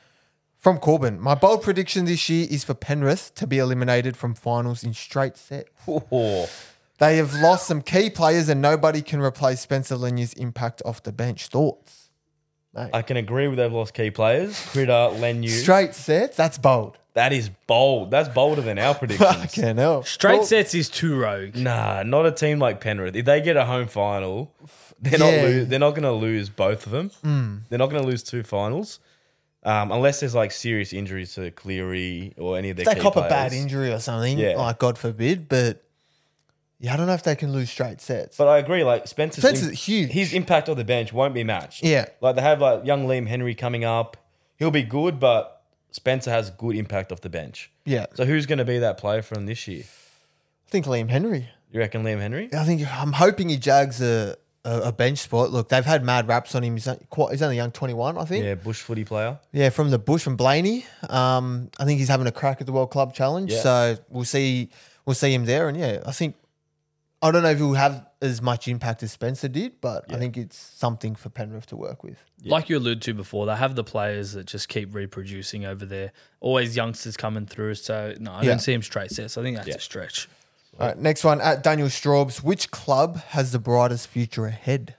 C: From Corbin, my bold prediction this year is for Penrith to be eliminated from finals in straight sets.
B: Oh,
C: They have lost some key players and nobody can replace Spencer Lanier's impact off the bench. Thoughts?
B: I can agree with they've lost key players. Critter, Lenu.
C: Straight sets? That's bold.
B: that is bold. That's bolder than
C: *laughs*
B: our predictions.
C: Fucking hell.
A: Straight
C: Well,
A: sets is too rogue.
B: Nah, not a team like Penrith. If they get a home final, they're not
C: Yeah. Hmm.
B: lo- they're not going to lose both of them. They're not going to lose two finals, um, unless there's like serious injuries to Cleary or any of their.
C: They
B: key
C: cop a
B: players.
C: bad injury or something,
B: Yeah.
C: like God forbid, but yeah, I don't know if they can lose straight sets.
B: But I agree, like Spencer's,
C: Spencer's huge.
B: His impact on the bench won't be matched.
C: Yeah.
B: like they have like young Liam Henry coming up. He'll be good, but Spencer has good impact off the bench.
C: yeah.
B: So who's going to be that player from this year?
C: I think Liam Henry.
B: You reckon Liam Henry?
C: I think I'm hoping he jags a, a, a bench spot. Look, they've had mad raps on him. He's, on- quite, he's only young, 21, I think.
B: Yeah, bush footy player.
C: Yeah, from the bush from Blaney. Um, I think he's having a crack at the World Club Challenge.
B: Yeah.
C: So we'll see we'll see him there. And yeah, I think I don't know if he'll have as much impact as Spencer did, but I think it's something for Penrith to work with.
A: Like you alluded to before, they have the players that just keep reproducing over there. Always youngsters coming through. So no, I
C: Yeah.
A: don't see him straight sets. I think that's a stretch.
C: All right, next one at Daniel Straubs. Which club has the brightest future ahead?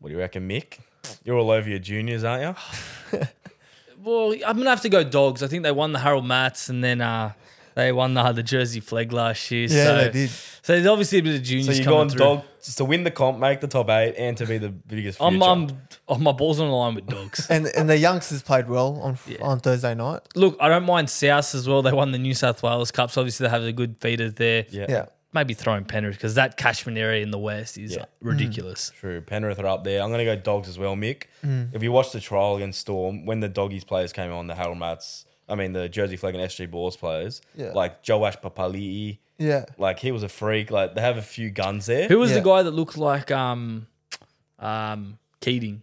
B: What do you reckon, Mick? You're all over your juniors, aren't you?
A: Well, I'm gonna have to go dogs. I think they won the Harold Mats and then uh, they won the, the Jersey flag last year.
C: Yeah,
A: so,
C: they did.
A: So there's obviously a bit of
B: So
A: juniors.
B: you're
A: coming
B: going
A: through.
B: dog just to win the comp, make the top eight, and to be the biggest. Future.
A: I'm, I'm oh, my balls on the line with dogs.
B: *laughs*
C: And and the youngsters played well on on Thursday night.
A: Look, I don't mind South as well. They won the New South Wales Cups. Obviously, they have a good feeder there.
B: yeah,
C: Yeah.
A: Maybe throwing Penrith because that catchment area in the West is
B: Yeah. Mm.
A: ridiculous.
B: true. Penrith are up there. I'm going to go dogs as well, Mick.
C: Mm.
B: If you watch the trial against Storm, when the doggies players came on, the Harold Mats, I mean the Jersey Flag and SG Balls players,
C: Yeah.
B: like Joash Papali'i,
C: Yeah.
B: like he was a freak. Like they have a few guns there.
A: Who was
C: Yeah.
A: the guy that looked like um, um, Keating?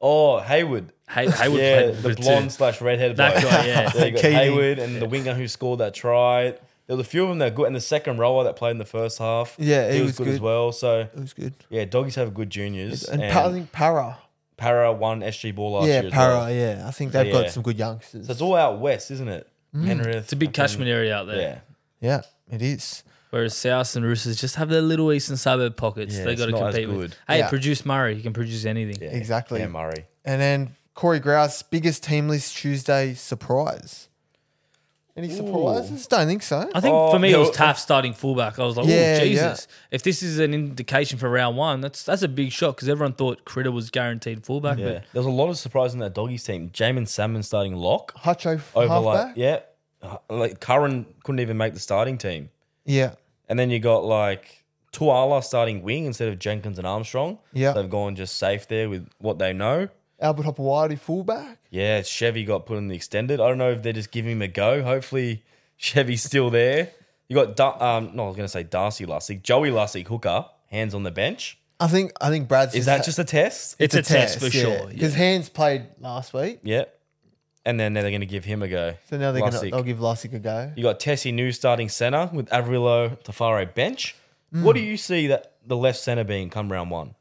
B: Oh, Hayward. *laughs*
A: Hay- Hayward
B: Yeah,
A: played
B: the
A: with two.
B: blonde slash redhead
A: That
B: bloke.
A: guy,
B: *laughs*
A: yeah.
B: So you got
C: Keating.
B: Hayward and the winger who scored that try. There was a few of them that are good, and the second rower that played in the first half.
C: Yeah,
B: he
C: he
B: was,
C: was
B: good, as
C: good.
B: well. So
C: It was good.
B: yeah, doggies have good juniors.
C: And,
B: And,
C: Pa- I think Para.
B: Para won SG ball last year.
C: Yeah,
B: as
C: Para,
B: well.
C: yeah. I think they've
B: yeah.
C: got some good youngsters.
B: So it's all out west, isn't it?
C: Mm.
B: Penrith.
A: It's a big catchment area out there.
B: Yeah,
C: yeah, it is.
A: Whereas South and Roosters just have their little eastern suburb pockets.
B: Yeah,
A: they
B: it's
A: got to
B: not as
A: compete
B: good.
A: with. Hey,
C: Yeah.
A: produce Murray. He can produce anything.
B: yeah.
C: Exactly.
B: Yeah, Murray.
C: And then Corey Grouse, biggest team list Tuesday surprise. Any surprises? Don't think so.
A: I think
B: Oh,
A: for me
B: yeah,
A: it was
B: well,
A: Taft starting fullback. I was like,
C: Yeah,
A: oh
C: yeah.
A: Jesus! If this is an indication for round one, that's that's a big shot because everyone thought Critter was guaranteed fullback.
B: Yeah,
A: But
B: there was a lot of surprise in that doggies team. Jamin Salmon starting lock
C: Hutcho f-
B: over like
C: halfback.
B: yeah, like Curran couldn't even make the starting team.
C: yeah.
B: And then you got like Tuala starting wing instead of Jenkins and Armstrong.
C: Yeah.
B: They've gone just safe there with what they know.
C: Albert Hopewadi fullback.
B: Yeah, Chevy got put in the extended. I don't know if they're just giving him a go. Hopefully, *laughs* Chevy's still there. You got, Dar- um, no, I was going to say Darcy Lussick. Joey Lussick, hooker, hands on the bench.
C: I think I think Brad's
B: Is that just a test?
A: it's, a test, for sure. Yeah.
C: Because Hands played last week,
B: Yeah. And then they're going to give him a go.
C: so now they're gonna oh.
B: Lussick.
C: they'll give Lussick a go.
B: You got Tessie New starting center with Avrilo Tafaro bench. What
C: Hmm.
B: do you see that the left center being come round one?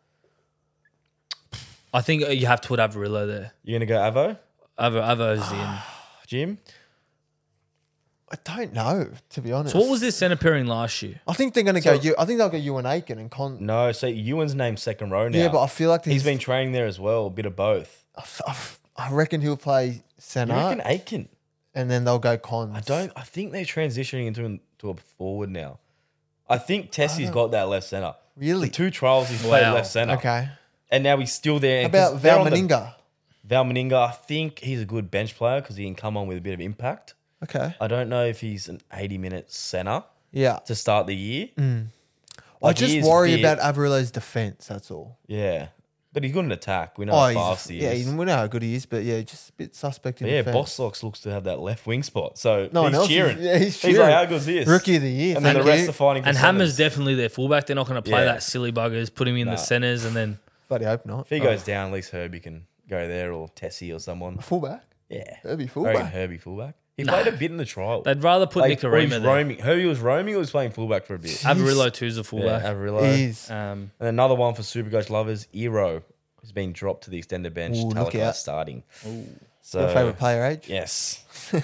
A: I think uh, you have to put Avarillo there.
B: You're going to go Avo,
A: Avo, Avo's
B: *sighs*
A: in.
B: Jim?
C: I don't know to be honest.
A: So what was this center pairing last year?
C: I think they're gonna go. You, I think they'll go you and Aiken and Con.
B: No, so Ewan's named second row now.
C: yeah, but I feel like
B: he's been training there as well, a bit of both.
C: I, f- I f- I reckon he'll play
B: You reckon
C: center,
B: Aiken?
C: and then they'll go Con.
B: I don't. I think they're transitioning into an- to a forward now. I think Tessie's got that left center.
C: Oh. really.
B: The two trials he's played
A: Wow.
B: left center.
C: Okay.
B: and now he's still there. and 'cause
C: About
B: they're
C: Val
B: on the-
C: Meninga.
B: Val Meninga, I think he's a good bench player because he can come on with a bit of impact.
C: Okay.
B: I don't know if he's an eighty-minute center
C: Yeah.
B: to start the year.
C: Mm. I
B: Like, he
C: just
B: is
C: worry
B: fit.
C: about Avarillo's defense. That's all.
B: Yeah, but he's good in attack. We know
C: Oh,
B: how fast
C: he's,
B: he
C: yeah,
B: is.
C: you- we know how good he is, but yeah, just a bit suspect in
B: But yeah,
C: defense.
B: Bostox looks to have that left wing spot. So
C: No one
B: he's
C: else is-
B: cheering.
C: yeah, he's
B: He's like,
C: cheering.
B: how good is this?
C: Rookie of the year.
B: And then the
C: thank
B: rest
C: you.
B: are fighting for
A: And Hammer's
B: centres.
A: definitely their fullback. They're not going to play
B: Yeah.
A: that silly buggers. Put him in
B: Nah.
A: the centers and then
C: Bloody hope not.
B: If he
A: Oh.
B: goes down, at least Herbie can go there or Tessie or someone.
C: Uh, Fullback.
B: Yeah.
C: Herbie
B: I reckon
C: fullback.
B: Herbie fullback. He played a bit in the trial.
A: they'd rather put
B: Like, or he's
A: Nicarima there.
B: roaming. Herbie was roaming or was playing fullback for a bit.
A: Avarillo two's a
B: Yeah,
A: fullback.
B: Averillo.
C: He's
A: Um,
B: And another one for Supercoach lovers, Ero, who's been dropped to the extended bench.
C: Ooh, look
B: Talakai
C: out.
B: starting. So
C: Your favourite player, age?
B: Yes.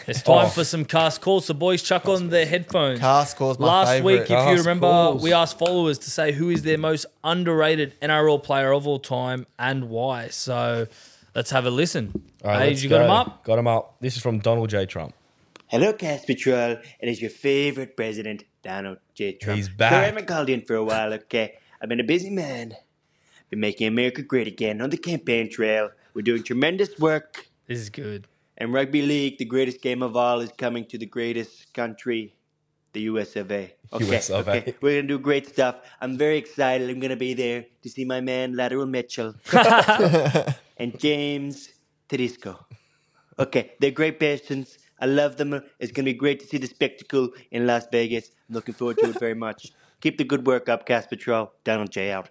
A: It's time
B: Oh.
A: for some cast calls. So, boys, chuck on their headphones.
C: Cast calls my
A: Last
C: favourite.
A: week, if you
B: Cast
A: remember,
B: calls.
A: we asked followers to say who is their most underrated NRL player of all time and why. So, let's have a listen.
B: All right,
A: Age,
B: let's
A: you got
B: go.
A: him up?
B: Got him up. This is from Donald J. Trump.
D: Hello, Cast Patrol. It is your favorite president, Donald J. Trump.
B: He's back.
D: Sorry, I haven't called in for a while, okay? I've been a busy man. Been making America great again on the campaign trail. We're doing tremendous work.
A: This is good.
D: And rugby league, the greatest game of all, is coming to the greatest country, the US of
A: *laughs*
D: A. Okay,
B: US of A.
D: okay. We're going to do great stuff. I'm very excited. I'm going to be there to see my man, Lateral
A: *laughs*
D: Mitchell, *laughs* and James Tedesco. Okay, they're great persons. I love them. It's going to be great to see the spectacle in Las Vegas. I'm looking forward to it very
A: *laughs*
D: much. Keep the good work up, Casper Troll. Donald J. out.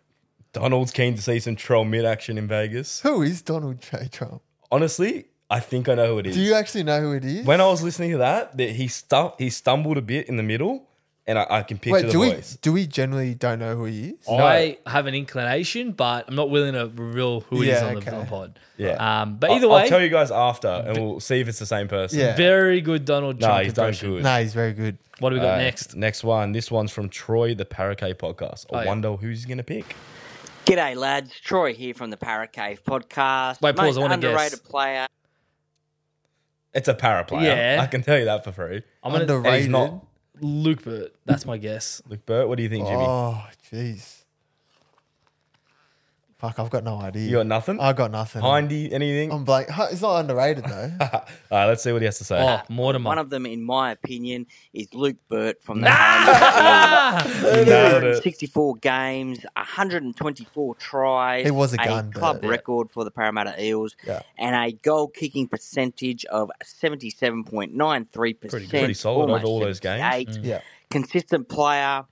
B: Donald's keen to see some troll mid action in Vegas.
C: Who is Donald J. Trump?
B: Honestly, I think I know who it is.
C: Do you actually know who it is?
B: when I was listening to that, that he stu- he stumbled a bit in the middle, and I, I can picture
C: Wait,
B: the
C: do we
B: voice.
C: do we generally don't know who he is?
A: I have an inclination, but I'm not willing to reveal who it is
C: Yeah,
A: on the-
C: okay.
A: on the pod.
B: Yeah.
A: Um, but
B: I-
A: either
B: I'll,
A: way,
B: tell you guys after, and we'll see if it's the same person.
C: Yeah.
A: very good Donald
B: No,
A: Trump
B: he's done
A: impression.
B: good.
C: No, he's very good.
A: What do we got
B: Uh,
A: next? Oh,
B: Next one. This one's from Troy, the Parakeet podcast. I
A: yeah.
B: wonder who's he's going to pick.
E: G'day, lads. Troy here from the Para Cave podcast.
A: Wait, pause.
E: Most
A: I wanna guess.
E: underrated player.
B: It's a para player.
A: Yeah.
B: I can tell you that for free.
A: I'm going to
B: And he's
C: Underrated.
B: not.
A: Luke Burt. That's my guess.
B: *laughs* Look, Bert, what do you think, Jimmy?
C: Oh, jeez. Fuck, I've got no idea.
B: You got nothing?
C: I Um, got nothing.
B: Hindy, anything?
C: I'm blank. Huh, It's not
B: *laughs*
C: underrated though.
B: All right, let's see what he has to say.
A: Oh, Mortimer.
E: One of them, in my opinion, is Luke Burt from the
A: Ah!
E: *laughs*
B: Nailed it.
E: 64 games, 124 tries.
C: He was a gun,
E: club
C: Burt.
E: record for the Parramatta Eels,
C: Yeah.
E: and a goal kicking percentage of 77.93%.
A: Pretty good.
B: Pretty solid
E: almost
B: over all those games.
E: 78.
C: Mm. yeah.
E: consistent player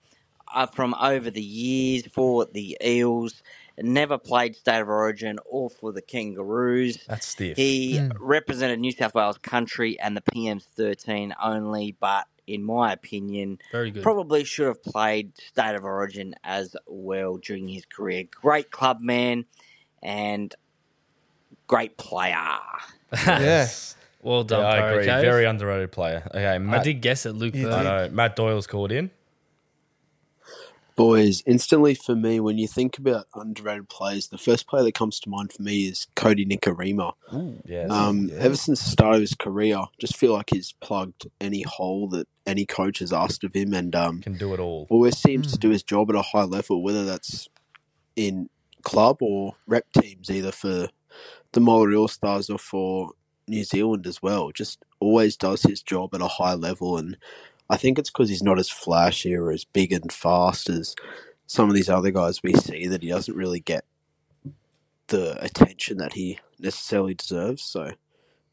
E: uh, from over the years for the Eels. Never played State of Origin or for the Kangaroos.
B: That's stiff.
E: He represented New South Wales country and the PM's 13 only, but in my opinion,
A: Very good.
E: probably should have played State of Origin as well during his career. Great club man and great player.
C: Yeah.
A: Well
B: Yeah,
A: done,
B: I agree.
A: Paracave.
B: Very underrated player. Okay, Matt,
A: I did guess it, Luke
C: You
A: Burt.
B: I know. Matt Doyle's called in.
F: Boys, instantly for me, when you think about underrated players, the first player that comes to mind for me is Cody Nikarima.
B: Yeah.
F: Um, Ever since the start of his career, just feel like he's plugged any hole that any coach has asked of him, and um,
B: can do it all.
F: always seems to do his job at a high level, whether that's in club or rep teams, either for the Maori All Stars or for New Zealand as well. Just always does his job at a high level, and I think it's because he's not as flashy or as big and fast as some of these other guys we see that he doesn't really get the attention that he necessarily deserves. So,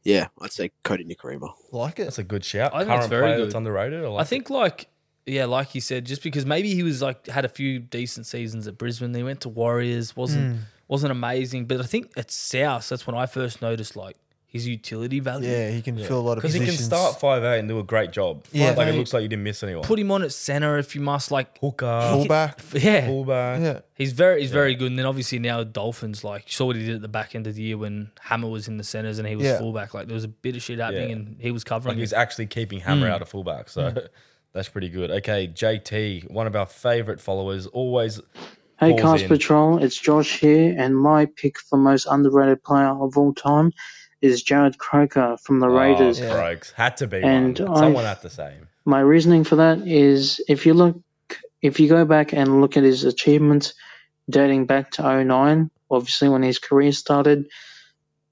F: yeah, I'd say Cody Nikarima.
C: Like it.
B: That's a good shout.
A: I think
B: Current
A: it's very
B: player
A: good.
B: that's underrated. I, like
A: I think like yeah, like you said, just because maybe he was like had a few decent seasons at Brisbane. They went to Warriors, wasn't
B: Hmm.
A: wasn't amazing, but I think at South, that's when I first noticed like his utility value.
C: Yeah, he can fill a lot of
B: because he
C: positions.
B: can start five eight and do a great job.
C: Yeah,
B: like it
C: mate.
B: looks like you didn't miss anyone.
A: Put him on at center if you must. Like
B: Hooker,
C: fullback.
A: yeah,
B: fullback.
C: Yeah.
A: he's very he's very good. And then obviously now Dolphins like you saw what he did at the back end of the year when Hammer was in the centers and he was
C: Yeah.
A: fullback. Like there was a bit of shit happening
B: Yeah.
A: and he was
B: Like
A: covering. it.
B: he's actually keeping Hammer
A: Mm.
B: out of fullback, so *laughs* that's pretty good. Okay, JT, one of our favorite followers, always
G: Hey,
B: Paul's
G: Cast
B: in.
G: Patrol, it's Josh here, and my pick for most underrated player of all time is Jared Croker from the Raiders.
B: Oh, Crokes. had to be
G: And
B: one.
G: I-
B: Someone had to say him.
G: My reasoning for that is if you look, if you go back and look at his achievements dating back to 09, obviously when his career started,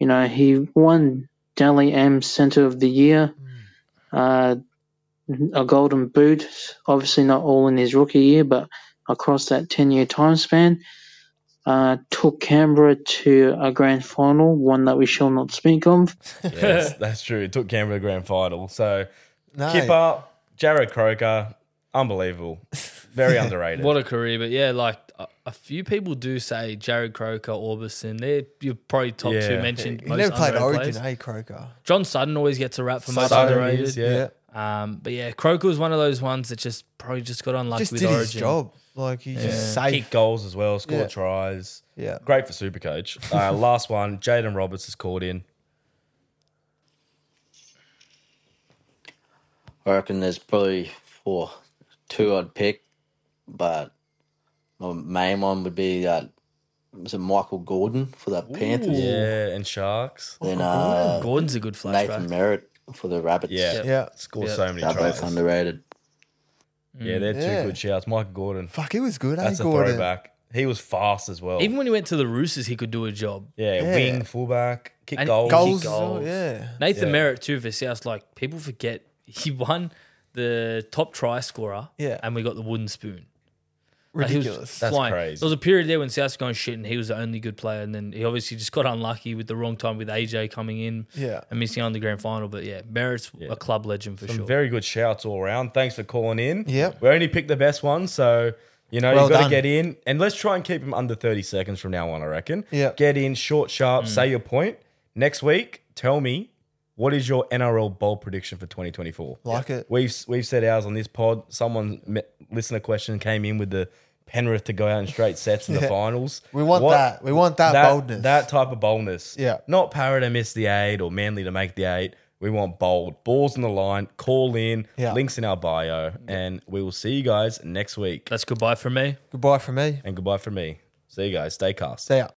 G: you know, he won Delhi M Centre of the Year, uh, a Golden Boot, obviously not all in his rookie year, but across that 10 year time span. Uh, took Canberra to a grand final, one that we shall not speak of.
C: *laughs*
A: *laughs*
B: Yes, that's true. It took Canberra to the grand final. So
C: No.
B: Kipper, Jared Croker, unbelievable,
A: *laughs*
B: very underrated.
A: What a career, but yeah, like a, a few people do say Jared Croker, Orbison. They're you're probably top two
B: Yeah.
A: mentioned.
C: He
A: most
C: never played
A: underrated
C: Origin,
A: players.
C: eh, Croker?
A: John Sutton always gets a rap for most
B: Sutton
A: underrated.
B: is, yeah.
A: Um, but yeah, Croker was one of those ones that just probably just got unlucky
C: Just
A: with
C: did
A: Origin.
C: his job. Like he just
B: kick
C: saved.
B: goals as well, score
C: Yeah.
B: tries.
C: Yeah. *laughs*
B: Great for Supercoach. Uh, last one, Jaden Roberts is called in.
E: I reckon there's probably four, two I'd pick, but my main one would be that was it Michael Gordon for the Panthers,
B: Yeah, and sharks.
E: then uh,
A: Gordon's a good flashback.
E: Nathan Merritt for the Rabbits.
B: Yeah,
C: Yeah.
B: score
A: Yeah.
B: so many
E: they're
B: tries.
E: both underrated.
A: Mm.
B: yeah, they're two
C: Yeah.
B: good shouts. Michael Gordon,
C: Fuck, he was good. eh,
B: that's a
C: Gordon?
B: throwback. He was fast as well.
A: Even when he went to the Roosters, he could do a job.
B: yeah,
C: Yeah.
B: wing fullback, kick
A: And
B: goals.
C: Goals.
A: Kick
C: oh,
A: goals.
C: Yeah.
A: Nathan
B: Yeah.
A: Merritt too for South. Like people forget he won the top try scorer.
C: Yeah.
A: and we got the wooden spoon. Like, he was
C: Ridiculous.
B: That's
A: flying.
B: crazy.
A: There was a period there when South was going shit, and he was the only good player. And then he obviously just got *laughs* unlucky with the wrong time with AJ coming in
C: Yeah.
A: and missing out on the grand final. But yeah, Merritt's a club legend for
B: Some
A: sure.
B: very good shouts all around. Thanks for calling in.
C: Yep.
B: We only picked the best ones, so you know
C: Well
B: you've got
C: done.
B: to get in. And let's try and keep them under 30 seconds from now on, I reckon.
C: Yep.
B: Get in, short, sharp, say your point. Next week, tell me what is your NRL bowl prediction for 2024?
C: Like it.
B: We've we've said ours on this pod. Someone me- listener question came in with the Penrith to go out in straight sets in the finals.
C: We want
B: What-
C: that. We want that, boldness.
B: That type of boldness.
C: Yeah.
B: Not Parrot to miss the eight or Manly to make the eight. We want bold. Balls in the line. Call in.
C: Yeah.
B: Links in our bio. And we will see you guys next week.
A: That's goodbye from me.
C: Goodbye from me.
B: And goodbye from me. See you guys. Stay cast.
C: Stay out.